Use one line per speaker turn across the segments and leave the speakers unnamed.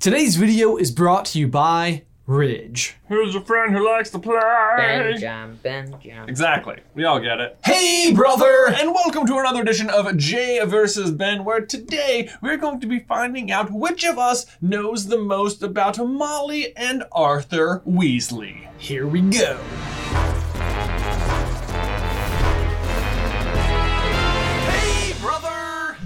Today's video is brought to you by Ridge.
Who's your friend who likes to play?
Benjam, Benjam.
Exactly. We all get it.
Hey, brother!
And welcome to another edition of Jay versus Ben, where today we're going to be finding out which of us knows the most about Molly and Arthur Weasley.
Here we go.
Hey, brother!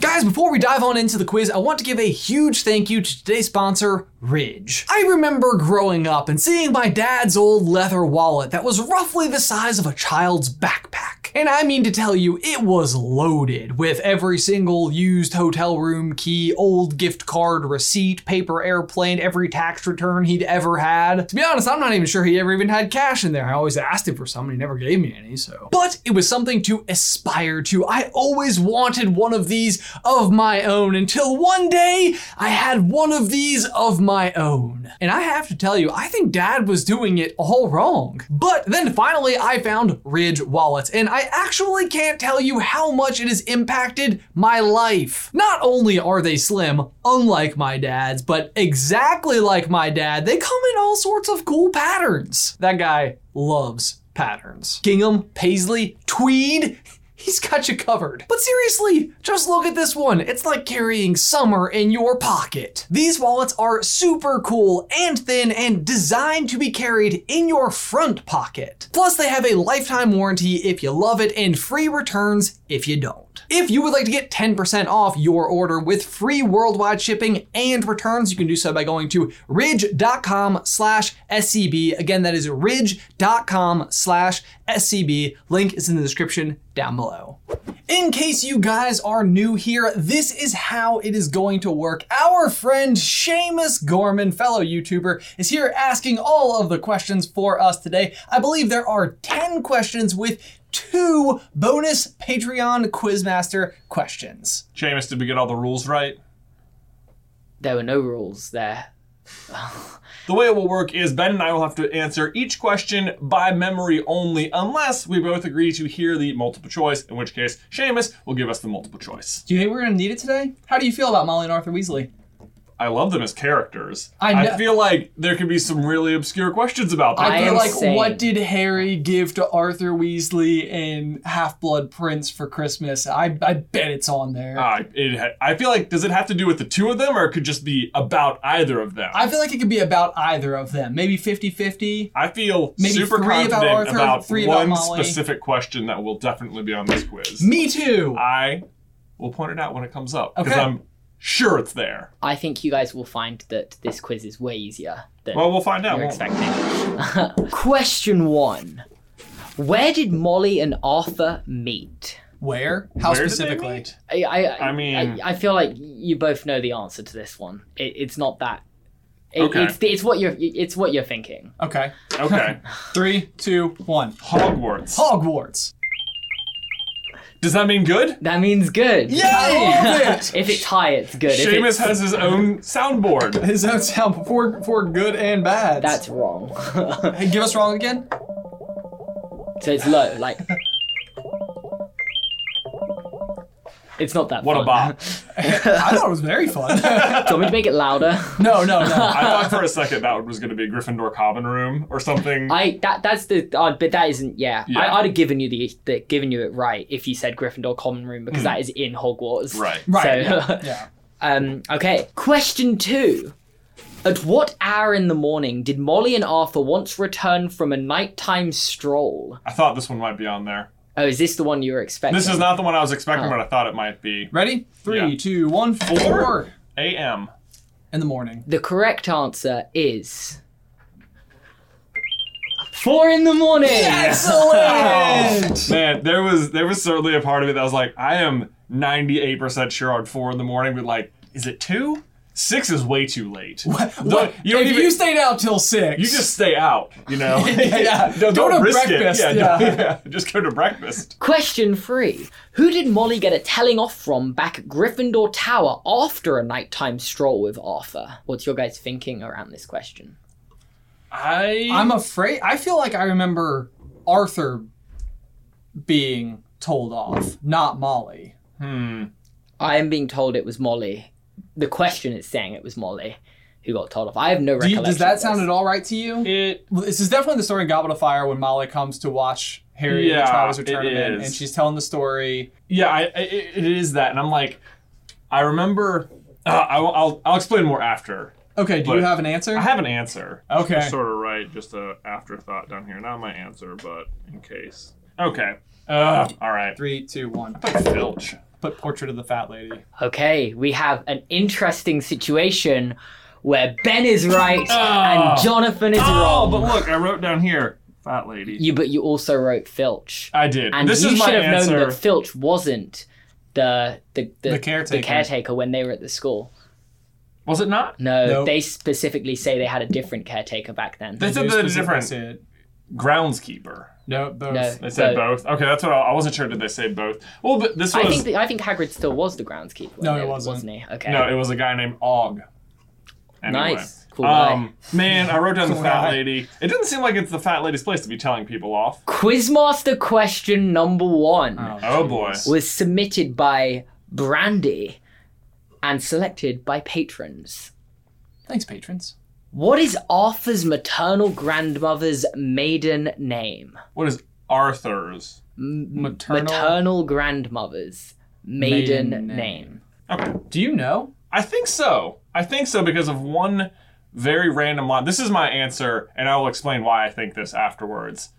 Guys, before we dive on into the quiz, I want to give a huge thank you to today's sponsor, Ridge. I remember growing up and seeing my dad's old leather wallet that was roughly the size of a child's backpack. And I mean to tell you, it was loaded with every single used hotel room key, old gift card receipt, paper airplane, every tax return he'd ever had. To be honest, I'm not even sure he ever even had cash in there. I always asked him for some and he never gave me any, so. But it was something to aspire to. I always wanted one of these of my own until one day I had one of these of my own. And I have to tell you, I think dad was doing it all wrong. But then finally, I found Ridge wallets, and I actually can't tell you how much it has impacted my life. Not only are they slim, unlike my dad's, but exactly like my dad, they come in all sorts of cool patterns. That guy loves patterns. Gingham, paisley, tweed. He's got you covered. But seriously, just look at this one. It's like carrying summer in your pocket. These wallets are super cool and thin and designed to be carried in your front pocket. Plus, they have a lifetime warranty if you love it and free returns if you don't. If you would like to get 10% off your order with free worldwide shipping and returns, you can do so by going to ridge.com slash SCB. Again, that is ridge.com slash SCB. Link is in the description down below. In case you guys are new here, this is how it is going to work. Our friend Seamus Gorman, fellow YouTuber, is here asking all of the questions for us today. I believe there are 10 questions with two bonus Patreon Quizmaster questions.
Seamus, did we get all the rules right?
There were no rules there.
The way it will work is Ben and I will have to answer each question by memory only, unless we both agree to hear the multiple choice, in which case Seamus will give us the multiple choice.
Do you think we're gonna need it today? How do you feel about Molly and Arthur Weasley?
I love them as characters.
I know-
I feel like there could be some really obscure questions about them.
I,
I
feel
am
like
saying-
what did Harry give to Arthur Weasley in Half Blood Prince for Christmas? I, I bet it's on there.
Uh, it ha- I feel like does it have to do with the two of them, or it could just be about either of them?
I feel like it could be about either of them. Maybe 50 50.
I feel
Maybe
super
three about
confident about,
Arthur, three about
one
Molly.
specific question that will definitely be on this quiz.
Me too.
I will point it out when it comes up because
Okay.
I'm sure it's there.
I think you guys will find that this quiz is way easier than
Well, we'll find out.
you're
won't we?
expecting. Question one Where did Molly and Arthur meet?
Where? How
Where did they
specifically?
meet?
I, I,
I mean-
I, I feel like you both know the answer to this one. It, it's not that. It,
Okay.
It's it's what you're it's what you're thinking.
Okay.
Okay,
Three, two, one.
Hogwarts.
Hogwarts.
Does that mean good?
That means good.
Yay! I love it!
if it's high, it's good. If
Seamus
it's,
has his own soundboard.
His own sound for, for good and bad.
that's wrong.
Hey, give us wrong again.
so it's low. Like it's not that.
What a
fun.
bop!
I thought it was very fun.
Do you want me to make it louder?
no, no, no.
I thought for a second that one was going to be Gryffindor common room or something.
I that that's the uh, but that isn't yeah.
Yeah.
I, I'd have given you the, the given you it right if you said Gryffindor common room because that is in Hogwarts.
Hmm. Right.
Right,
So,
Yeah.
um. Okay. Question two. At what hour in the morning did Molly and Arthur once return from a nighttime stroll?
I thought this one might be on there.
Oh, is this the one you were expecting?
This is not the one I was expecting,
Oh.
but I thought it might be.
Ready? Three,
Yeah.
two, one, four
Four. A.M.
In the morning.
The correct answer is four in the morning.
Excellent!
Man, there was there was certainly a part of it that was like, I am 98% sure on four in the morning, but like, is it two? Six is way too late.
What?
you don't
if
even-
you stayed out till six,
You just stay out, you know?
yeah.
Don't,
Go to
risk
breakfast,
It.
yeah.
don't- Just go to breakfast.
Question three. Who did Molly get a telling off from back at Gryffindor Tower after a nighttime stroll with Arthur? What's your guys thinking around this question?
I
I'm afraid. I feel like I remember Arthur being told off, not Molly.
hmm.
I am being told it was Molly, the question is saying it was Molly who got told off. I have no
Do you,
recollection.
does
of
that
this.
sound at all right to you?
It
Well, this is definitely the story in Goblet of Fire when Molly comes to watch Harry in
Yeah,
the Triwizard
it
Tournament,
is.
and she's telling the story.
yeah, I, I, it it is that, and I'm like, I remember. Uh, I, will I'll I'll explain more after.
Okay, do you
But-
have an answer?
I have an answer.
Okay.
Just sort of right, just a afterthought down here. Not my answer, but in case. Okay. Uh, all right.
Three, two, one.
Filch.
Put Portrait of the Fat Lady.
Okay, we have an interesting situation where Ben is right
Ah.
and Jonathan is
Oh,
wrong.
but look, I wrote down here, fat lady.
you but you also wrote Filch.
I did.
And
this
you
is my
should have
answer.
known that Filch wasn't the the, the,
The caretaker.
caretaker when they were at the school.
Was it not?
No,
Nope.
they specifically say they had a different caretaker back then.
They said
Who's
they're
specifically
different.
said-
Groundskeeper.
No, both.
No.
They said
So-
both. Okay, that's what I, I wasn't sure. Did they say both? Well, but this was
I think the, I think Hagrid still was the groundskeeper. when
No,
they
it
were-
wasn't.
wasn't he? Okay.
no. It was a guy named Og. Anyway.
Nice. Cool guy.
Um, man, I wrote down the
Cool
fat
guy.
lady. It doesn't seem like it's the fat lady's place to be telling people off.
Quizmaster question number one
Oh boy.
was submitted by Brandy and selected by patrons.
Thanks, patrons.
What is Arthur's maternal grandmother's maiden name?
What is Arthur's?
Maternal.
Maternal grandmother's maiden,
Maiden
name.
name.
Okay.
Do you know?
I think so. I think so because of one very random line. This is my answer, and I will explain why I think this afterwards.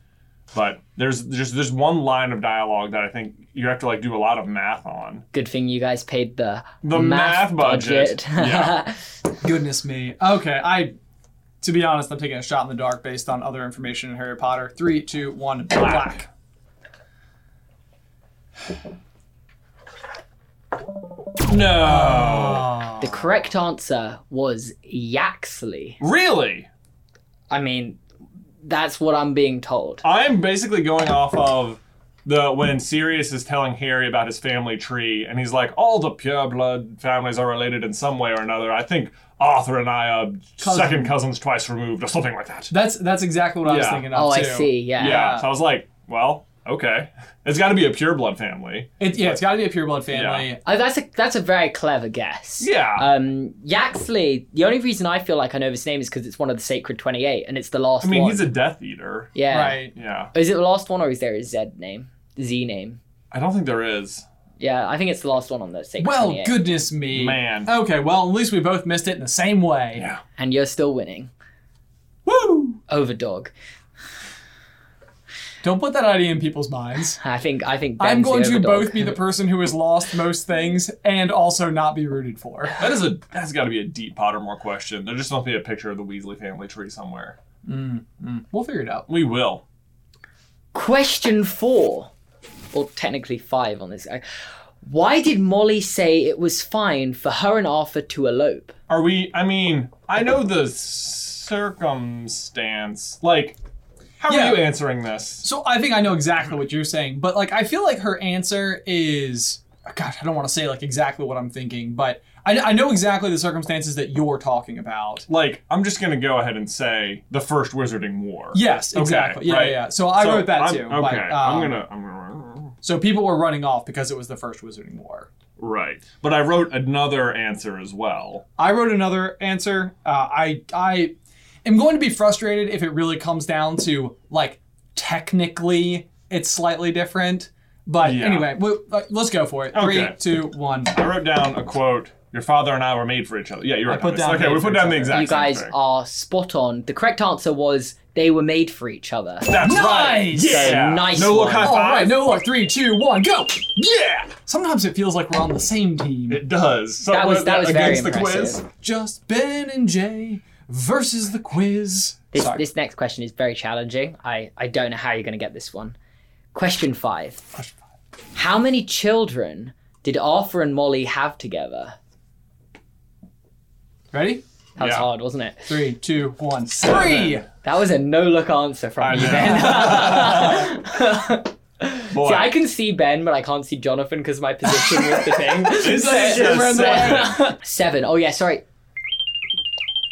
But there's just there's one line of dialogue that I think you have to like do a lot of math on.
Good thing you guys paid the,
The math budget. Yeah.
Goodness me. Okay, I. To be honest, I'm taking a shot in the dark based on other information in Harry Potter. Three, two, one, black.
No.
the correct answer was Yaxley.
Really?
I mean, that's what I'm being told.
Oh,
I'm basically going off of the when Sirius is telling Harry about his family tree, and he's like, all the pure blood families are related in some way or another. I think Arthur and I are second cousins twice removed, or something like that.
That's that's exactly what I was
Yeah.
thinking of
Oh, I
too.
see. Yeah.
Yeah. So I was like, well, okay. It's got to be a pure blood family.
It, yeah, it's got to be a pure blood family.
Uh, that's a that's a very clever guess.
Yeah.
Um, Yaxley. The only reason I feel like I know this name is because it's one of the Sacred Twenty Eight, and it's the last
I mean,
one.
he's a Death Eater.
yeah. Oh,
Right.
Yeah.
Is it the last one, or is there a Z name, Z name?
I don't think there is.
Yeah, I think it's the last one on the Sacred
Well,
28.
goodness me.
Man.
Okay, well, at least we both missed it in the same way.
Yeah.
And you're still winning.
Woo!
Overdog.
Don't put that idea in people's minds.
I think I think
I'm
Ben's
going
the
to
overdog.
both be the person who has lost most things and also not be rooted for.
That is a. That's got to be a deep Pottermore question. There just must be a picture of the Weasley family tree somewhere.
We'll figure it out.
We will.
Question four, or technically five on this. Why did Molly say it was fine for her and Arthur to elope?
Are we? I mean, I know the circumstance. Like, how
Yeah.
are you answering this?
So I think I know exactly what you're saying, but like I feel like her answer is God, I don't want to say like exactly what I'm thinking, but I, I know exactly the circumstances that you're talking about.
Like, I'm just gonna go ahead and say the first Wizarding War.
Yes,
Okay,
exactly. yeah,
right.
yeah, yeah. So I
So
wrote that
I'm-
too.
Okay.
but,
I'm
um,
gonna. I'm gonna.
So people were running off because it was the first Wizarding War.
Right. But I wrote another answer as well.
I wrote another answer. Uh, I I am going to be frustrated if it really comes down to like technically it's slightly different. But
Yeah.
anyway, we, uh, let's go for it. Three,
Okay.
two, one.
I wrote down a quote. Your father and I were made for each other. Yeah, you wrote
put
down this.
down
Okay, we
made
put
for
down
each
the
other.
exact
you guys
same thing.
are spot on. The correct answer was they were made for each other.
That's
Nice!
right. Yeah.
So nice Oh,
No look
one.
high
All
five.
right, no look. Three, two, one, go.
Yeah.
Sometimes it feels like we're on the same team.
It does. So
That was-
what-
that was very
against the quiz.
impressive.
Just Ben and Jay versus the quiz.
This,
Sorry.
this next question is very challenging. I, I don't know how you're going to get this one. Question five. How many children did Arthur and Molly have together?
Ready?
That was
Yeah.
hard, wasn't it?
Three, two, one. Three.
That was a no look answer
I
from you,
know.
Ben.
Boy.
See, I can see Ben, but I can't see Jonathan because my position was the thing.
It's just
Seven.
seven.
Seven. Oh, yeah, sorry.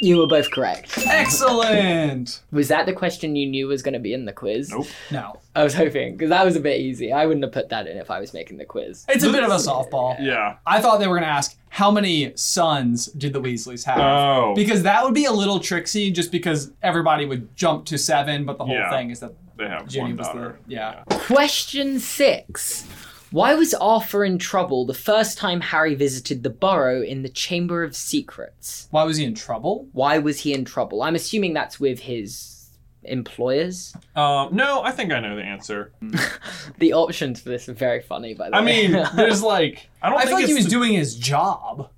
You were both correct.
Excellent.
Was that the question you knew was going to be in the quiz?
Nope.
No,
I was hoping, because that was a bit easy. I wouldn't have put that in if I was making the quiz.
it's a bit of a softball.
Yeah.
I thought they were going to ask how many sons did the Weasleys have.
Oh.
Because that would be a little tricksy, just because everybody would jump to seven, but the whole
Yeah.
thing is that
They have
Ginny
one
was
daughter.
the yeah.
Question six. Why was Arthur in trouble the first time Harry visited the burrow in the Chamber of Secrets?
Why was he in trouble?
Why was he in trouble? I'm assuming that's with his employers.
Um, no, I think I know the answer.
The options for this are very funny, by the
I
way.
mean, there's like I don't
I,
think
feel like
it's
he was
the-
doing his job,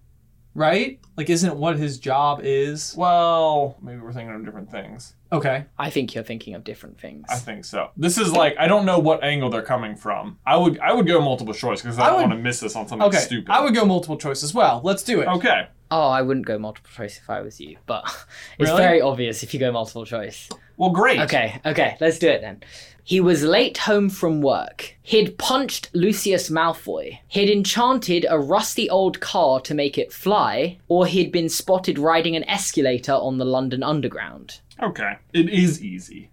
right? Like, isn't it what his job is?
Well, maybe we're thinking of different things.
Okay.
I think you're thinking of different things.
I think so. This is like I don't know what angle they're coming from. I would I would go multiple choice because I,
I
don't
would-
want to miss this on something
Okay.
stupid.
I would go multiple choice as well. Let's do it.
Okay.
Oh, I wouldn't go multiple choice if I was you, but it's
Really?
very obvious if you go multiple choice.
Well, great.
Okay, okay, let's do it then. He was late home from work. He'd punched Lucius Malfoy. He'd enchanted a rusty old car to make it fly, or he'd been spotted riding an escalator on the London Underground.
Okay. It is easy,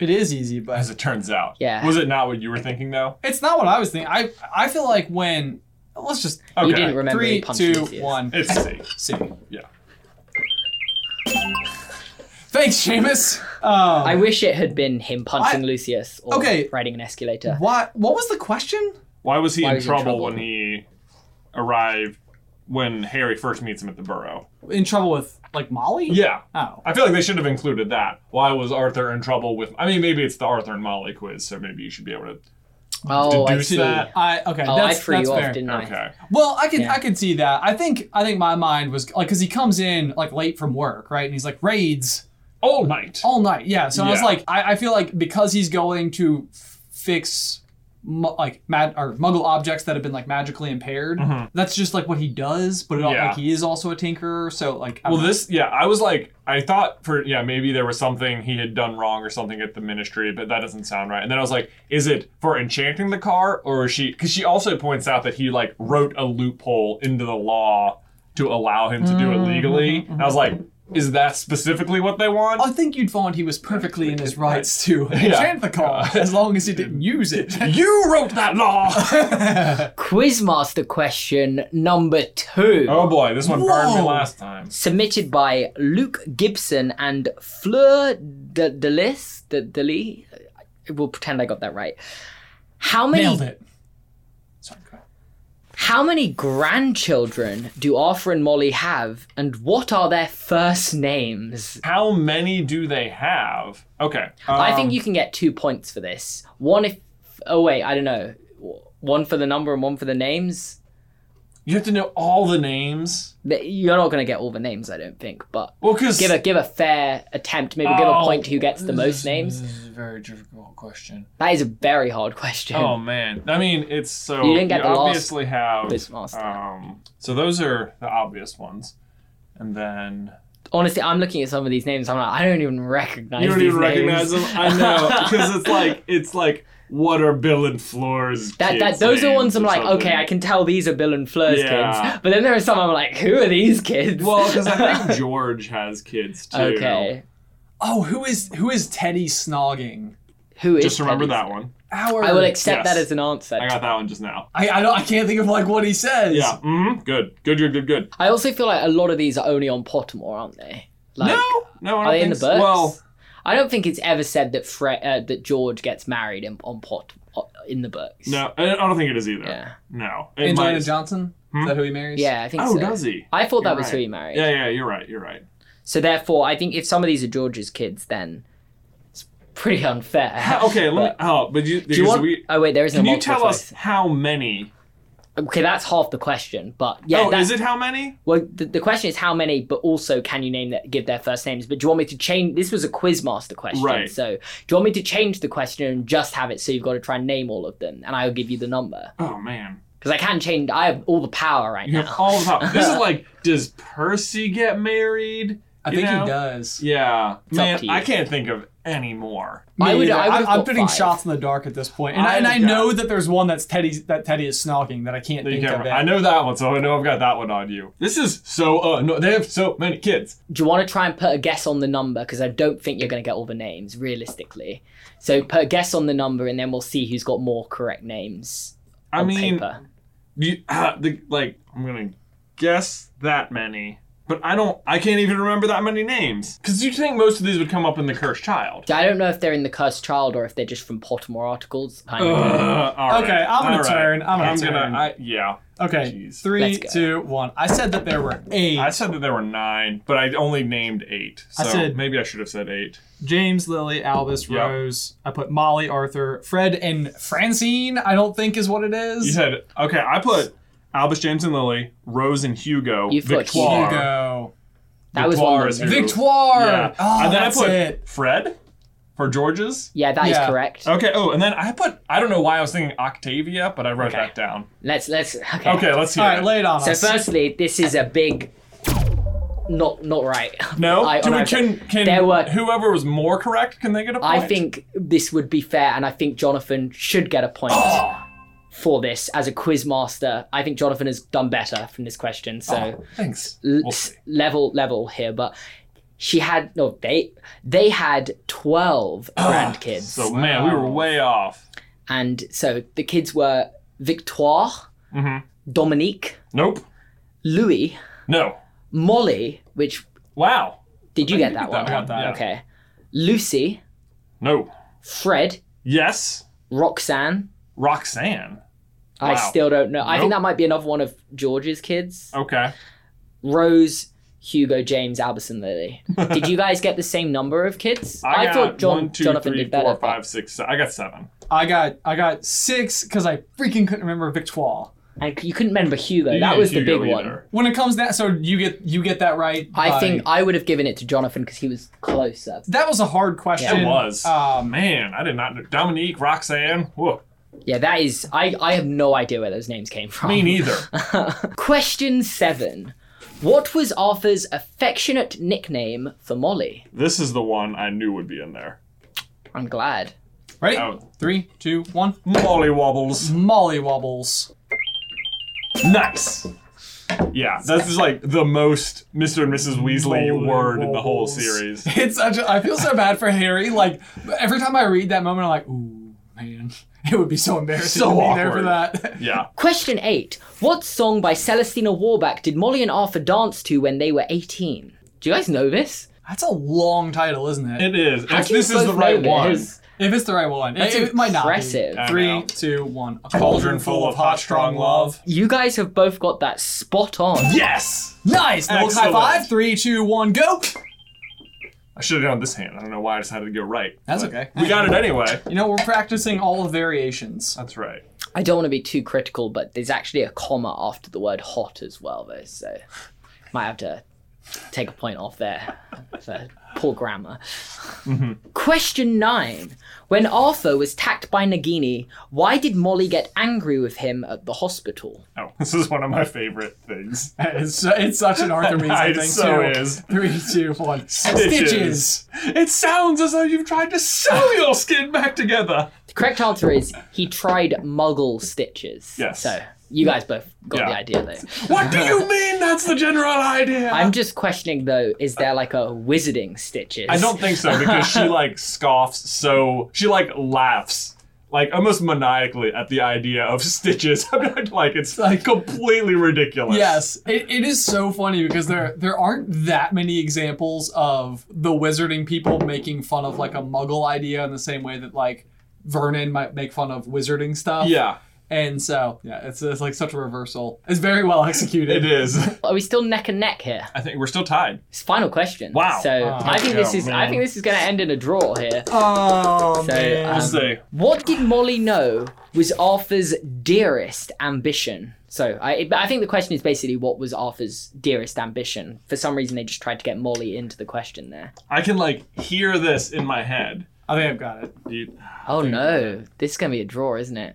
It is easy, but
as it turns out.
Yeah.
Was it not what you were thinking though?
it's not what I was thinking. I I feel like when let's just uh,
Okay.
You didn't remember he
three,
punched
two,
Lucius.
one.
It's C.
See.
Yeah.
Thanks, Seamus. Um,
I wish it had been him punching
I-
Lucius or
Okay.
riding an escalator.
what what was the question?
Why was he
Why
in,
was he in
trouble
trouble?
when he arrived? When Harry first meets him at the Burrow.
In trouble with like Molly?
Yeah.
Oh.
I feel like they should have included that. Why was Arthur in trouble with? I mean, maybe it's the Arthur and Molly quiz, so maybe you should be able to.
Oh, I
Deduce
see.
that.
I okay.
Oh,
that's
I threw
that's
you
fair.
off, didn't I?
Okay.
Well, I can
Yeah.
I can see that. I think I think my mind was like because he comes in like late from work, right? And he's like raids
All night.
all night. Yeah. So I was
Yeah.
like, I, I feel like because he's going to f- fix mu- like mad or muggle objects that have been like magically impaired, that's just like what he does. But it, all
Mm-hmm. Yeah.
like he is also a tinkerer, so like I
Well,
don't know.
this, yeah, I was like, I thought for, yeah, maybe there was something he had done wrong or something at the ministry, but that doesn't sound right. And then I was like, is it for enchanting the car or is she, because she also points out that he like wrote a loophole into the law to allow him to do it legally. And I was like, is that specifically what they want?
I think you'd find he was perfectly in his rights to enchant the car as long as he didn't use it.
You wrote that law!
Quizmaster question number two.
oh boy, this one burned me
Whoa.
last time.
submitted by Luke Gibson and Fleur de Delis. De Delis? We'll pretend I got that right. How
Nailed
many
it. Sorry, go ahead.
how many grandchildren do Arthur and Molly have, and what are their first names?
How many do they have? Okay. Um,
I think you can get two points for this. One if oh wait, I don't know. One for the number and one for the names.
you have to know all the names.
Th- You're not gonna get all the names, I don't think. But
Well, because.
give a give a fair attempt. Maybe give a
Oh.
point to who gets the most names.
is a very difficult question.
That is a very hard question.
Oh man! I mean, it's so
You didn't get the last
obviously
Quiz master.
have. Um, so those are the obvious ones, and then
honestly, I'm looking at some of these names. I'm like, I don't even recognize.
you don't
these
even recognize them.
names.
I know because it's like it's like what are Bill and Floor's
That, that
kids'
those are
names
ones I'm
or
like,
something.
okay, I can tell these are Bill and Fleur's
Yeah.
kids. But then there are some I'm like, who are these kids?
Well, because I think George has kids too.
okay,
Oh, who is who is Teddy snogging?
who is?
Just remember
Teddy's-
that one.
Our
I will accept
Yes.
that as an answer.
I
I,
got that one just now.
I, I don't I can't think of like what he says.
Yeah. Mm-hmm. Good. Good. Good. Good. Good.
also feel like a lot of these are only on Pottermore, aren't they? Like,
no. No. I don't
are they
think
in the
so.
books?
Well,
I don't think it's ever said that Fre- uh, that George gets married in, on Pot uh, in the books.
no. I I don't think it is either.
Yeah.
No. It
Angelina
might-
Johnson? Is that who he marries?
Yeah, I think
Oh,
so.
does he?
I thought that
You're
was who
right.
he married.
Yeah. Yeah. You're right. You're right.
So therefore, I think if some of these are George's kids, then it's pretty unfair.
okay, let me, oh, but you,
Do you want?
we,
oh wait, there is
can
no
you
multiple
tell us
choice.
how many?
Okay, that's half the question, but yeah,
oh,
that-
is it how many?
well, the, the question is how many, but also can you name that give their first names? But do you want me to change? This was a quizmaster question,
Right.
so do you want me to change the question and just have it so you've got to try and name all of them, and I'll give you the number
Oh man,
because I can change. I have all the power right
you
now.
have all the time. This is like, does Percy get married?
I
You
think
know?
he does.
Yeah,
up
man,
to you.
I can't think of any more.
I would-
Me either.
I would
I'm-
have
I'm
put
putting
five.
shots in the dark at this point, and I,
I
and I
got-
know that there's one that's Teddy that Teddy is snogging that I can't
that you
think
can't
of.
remember.
it.
I know that one, so I know I've got that one on you. This is so. Uh, no, they have so many kids.
Do you want to try and put a guess on the number? Because I don't think you're going to get all the names, realistically. So put a guess on the number, and then we'll see who's got more correct names.
I
on
mean,
paper.
you, uh, the, like I'm gonna guess that many, but I don't. I can't even remember that many names. Because you think most of these would come up in the Cursed Child.
I don't know if they're in the Cursed Child or if they're just from Pottermore articles. I don't know.
Ugh, all right,
Okay, I'm gonna
all right.
turn, I'm gonna turn.
I, yeah,
Okay,
Jeez.
three,
Let's go.
two, one. I said that there were eight.
I said that there were nine, but I only named eight. So
I said-
maybe I should have said eight.
James, Lily, Albus,
Yep.
Rose. I put Molly, Arthur, Fred, and Francine. I don't think is what it is.
You said okay. I put Albus, James, and Lily, Rose, and Hugo.
You've got
Victoire.
Hugo.
That was one
Victoire
of
is
them.
who-
Victoire.
Yeah.
Oh,
and then
that's
I put
it.
Fred for George's.
Yeah, that is
Yeah.
correct.
Okay. Oh, and then I put I don't know why I was thinking Octavia, but I wrote
Okay.
that down.
Let's let's okay.
Okay, let's hear
All right,
it.
lay it on
So
us.
firstly, this is a big not not right.
no,
I-
do
on
we
our-
can can
There were-
whoever was more correct can they get a point?
I think this would be fair, and I think Jonathan should get a point for this as a quiz master. I think Jonathan has done better from this question,
Oh.
so
Thanks.
l-
We'll
s-
see.
level level here. But she had no they they had twelve grandkids,
Ah, So man, we were way off.
and so the kids were Victoire,
Mhm.
Dominique,
Nope.
Louis,
No.
Molly. Which
Wow.
did you
I
get
did
that
get
one?
that one, yeah.
Okay, Lucy,
No.
Fred,
Yes.
Roxanne.
Roxanne.
I
Wow.
still don't know. I think
Nope.
that might be another one of George's kids.
Okay.
Rose, Hugo, James, Albus, and Lily. did you guys get the same number of kids?
I, got
thought John,
one, two,
Jonathan
three,
did better.
four, five, six, se- I got seven.
I got I got six because I freaking couldn't remember Victoire.
but- and you couldn't remember Hugo.
You
that
didn't
was
Hugo
the big one.
either.
When it comes down, so you get you get that right.
I
by-
think I would have given it to Jonathan because he was closer.
that was a hard question.
It was.
Um,
man, I did not know. Dominique, Roxanne. Whoa.
Yeah, that is. I, I have no idea where those names came from.
Me neither.
Question seven. What was Arthur's affectionate nickname for Molly?
this is the one I knew would be in there.
I'm glad.
ready?
Oh.
Three, two, one.
Molly wobbles.
Molly wobbles.
Nice. Yeah, this is like the most Mr. and Mrs. Weasley
Molly
word in the whole
wobbles.
series.
It's such. A, I feel so bad for Harry. Like every time I read that moment, I'm like, ooh, man, it would be so embarrassing
So
to be there for
awkward.
that.
Yeah.
Question 8. What song by Celestina Warbeck did Molly and Arthur dance to when they were 18? Do you guys know this?
That's a long title, isn't it?
It is.
How
If
do you
this is the
both
right
know
one.
this?
If it's the right one,
That's
it, it might not. be.
impressive.
I
Three,
know.
two, one. A
Cauldron full of hot, strong love.
You guys have both got that spot on.
Yes!
Nice. Little high
Excellent.
five. Three, two, one. Go.
I should have done this hand. I don't know why I decided to go right.
That's
but
okay.
We got it anyway.
You know, we're practicing all the variations.
That's right.
I don't want to be too critical, but there's actually a comma after the word hot as well, though, so might have to take a point off there for poor grammar.
Mm-hmm.
Question 9. When Arthur was attacked by Nagini, why did Molly get angry with him at the hospital?
Oh, this is one of my favorite things.
It's, it's such an Arthur Weasley
It
thing
so
too.
is.
Three, two, one.
Stitches.
Stitches.
It sounds as though you've tried to sew your skin back together.
The correct answer is he tried muggle stitches.
Yes.
So you guys both got
Yeah.
the idea though.
What do you mean that's the general idea?
I'm just questioning though, is there like a wizarding stitches?
I don't think so because she like scoffs so she like laughs like almost maniacally at the idea of stitches. I'm not like it's like completely ridiculous.
Yes, it, it is so funny because there there aren't that many examples of the wizarding people making fun of like a muggle idea in the same way that like Vernon might make fun of wizarding stuff.
Yeah,
And so, yeah, it's, it's like such a reversal. It's very well executed.
it is.
Are we still neck and neck here?
I think we're still tied.
It's final question.
Wow.
So I think this
yeah,
is I
man.
think this is gonna end in a draw here.
Oh,
So, man.
We'll
Um,
see.
What did Molly know was Arthur's dearest ambition? So I I think the question is basically what was Arthur's dearest ambition? For some reason they just tried to get Molly into the question there.
I can like hear this in my head.
I think I've got it.
You-
Oh no. This is gonna be a draw, isn't it?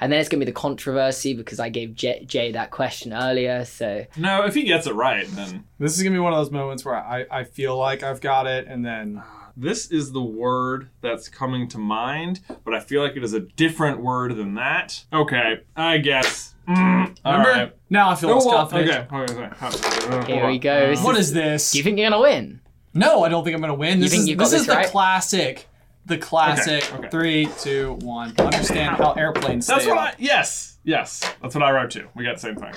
And then it's gonna be the controversy because I gave J- Jay that question earlier. So
No, if he gets it right, then
This is gonna be one of those moments where I, I feel like I've got it, and then
this is the word that's coming to mind, but I feel like it is a different word than that. Okay, I guess. Mm, all
remember
right.
now I feel
No,
less
well,
confident.
okay, okay, okay.
here we go. This
What
is-
is this?
do you think you're gonna win?
no, I don't think I'm gonna win. This
think
is
you've got
this, is
this right?
the classic, the classic.
Okay, okay.
Three, two, one. Understand how airplanes.
That's
stay
what
up.
I. Yes, yes. That's what I wrote too. We got the same thing.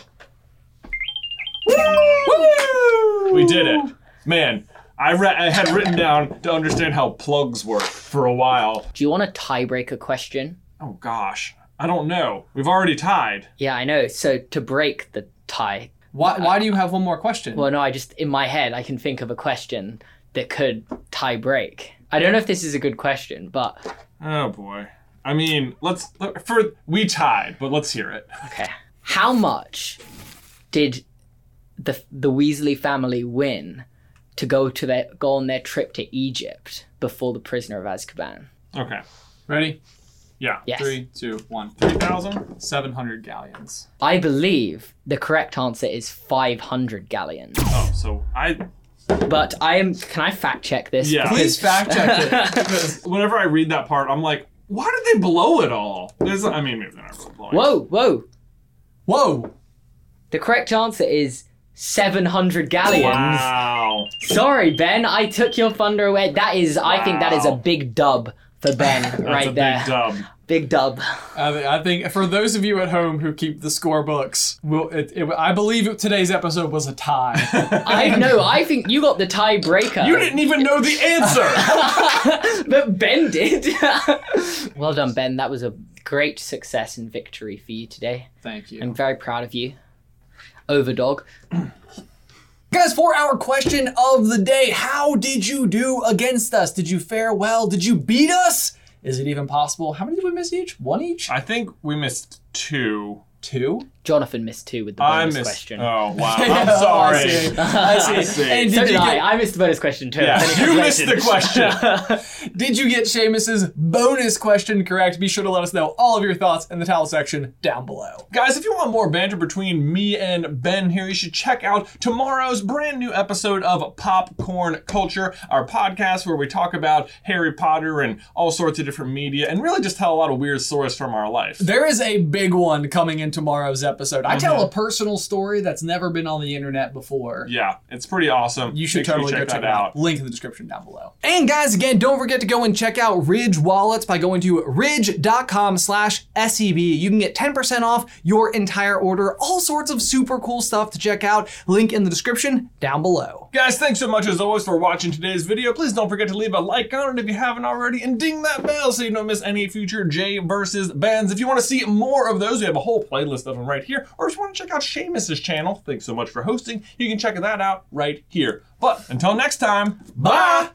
We did it, man. I, re- I had written down to understand how plugs work for a while.
Do you want a tiebreaker question?
Oh gosh, I don't know. We've already tied.
Yeah, I know. So to break the tie,
Why, why do you have one more question?
well, no, I just in my head I can think of a question that could tie break. I don't know if this is a good question, but
Oh boy. I mean, let's let- for we tied, but let's hear it.
okay. How much did the the Weasley family win to go to their go on their trip to Egypt before the Prisoner of Azkaban?
Okay.
Ready?
Yeah.
Yes.
Three, two, one.
Three thousand.
Seven hundred galleons.
I believe the correct answer is 500 galleons.
Oh, so I
But I am. Can I fact check this?
Yeah.
Please fact check it.
because whenever I read that part, I'm like, why did they blow it all? There's, I mean, maybe they're not really blowing. it.
Whoa, whoa.
Whoa!
The correct answer is 700 galleons.
Wow.
Sorry, Ben, I took your thunder away. That is, I think that is a
Wow.
big dub for Ben
That's
right
a
there.
big dub.
Big dub.
I, thi- I think for those of you at home who keep the score books, we'll, it, it, I believe today's episode was a tie.
I know, I think you got the tiebreaker.
You didn't even know the answer.
but Ben did. well done, Ben. That was a great success and victory for you today.
Thank you.
I'm very proud of you. Overdog.
Guys, for our question of the day, how did you do against us? Did you fare well? Did you beat us?
Is it even possible? How many did we miss each? One each?
I think we missed two.
Two?
Jonathan missed two with the
I
bonus
missed.
question.
Oh wow.
Oh,
I'm
I
sorry.
see. I see.
I see.
And did
so did
you,
I.
get,
I missed the bonus question too.
Yeah, you missed the question.
Did you get Seamus's bonus question correct? Be sure to let us know all of your thoughts in the towel section down below.
Guys, if you want more banter between me and Ben here, you should check out tomorrow's brand new episode of Popcorn Culture, our podcast where we talk about Harry Potter and all sorts of different media and really just tell a lot of weird stories from our life.
There is a big one coming in tomorrow's episode. I tell a personal story that's never been on the internet before.
Yeah, it's pretty awesome.
You should
Make sure
totally
check
go check
that
it out. Link in the description down below.
and guys, again, don't forget to go and check out Ridge Wallets by going to ridge.com slash SEB. You can get 10% off your entire order. All sorts of super cool stuff to check out. Link in the description down below.
Guys, thanks so much as always for watching today's video. Please don't forget to leave a like on it if you haven't already and ding that bell so you don't miss any future Jay versus bands. If you want to see more of those, we have a whole playlist of them right here. Or if you want to check out Seamus's channel, thanks so much for hosting. You can check that out right here. But until next time, bye.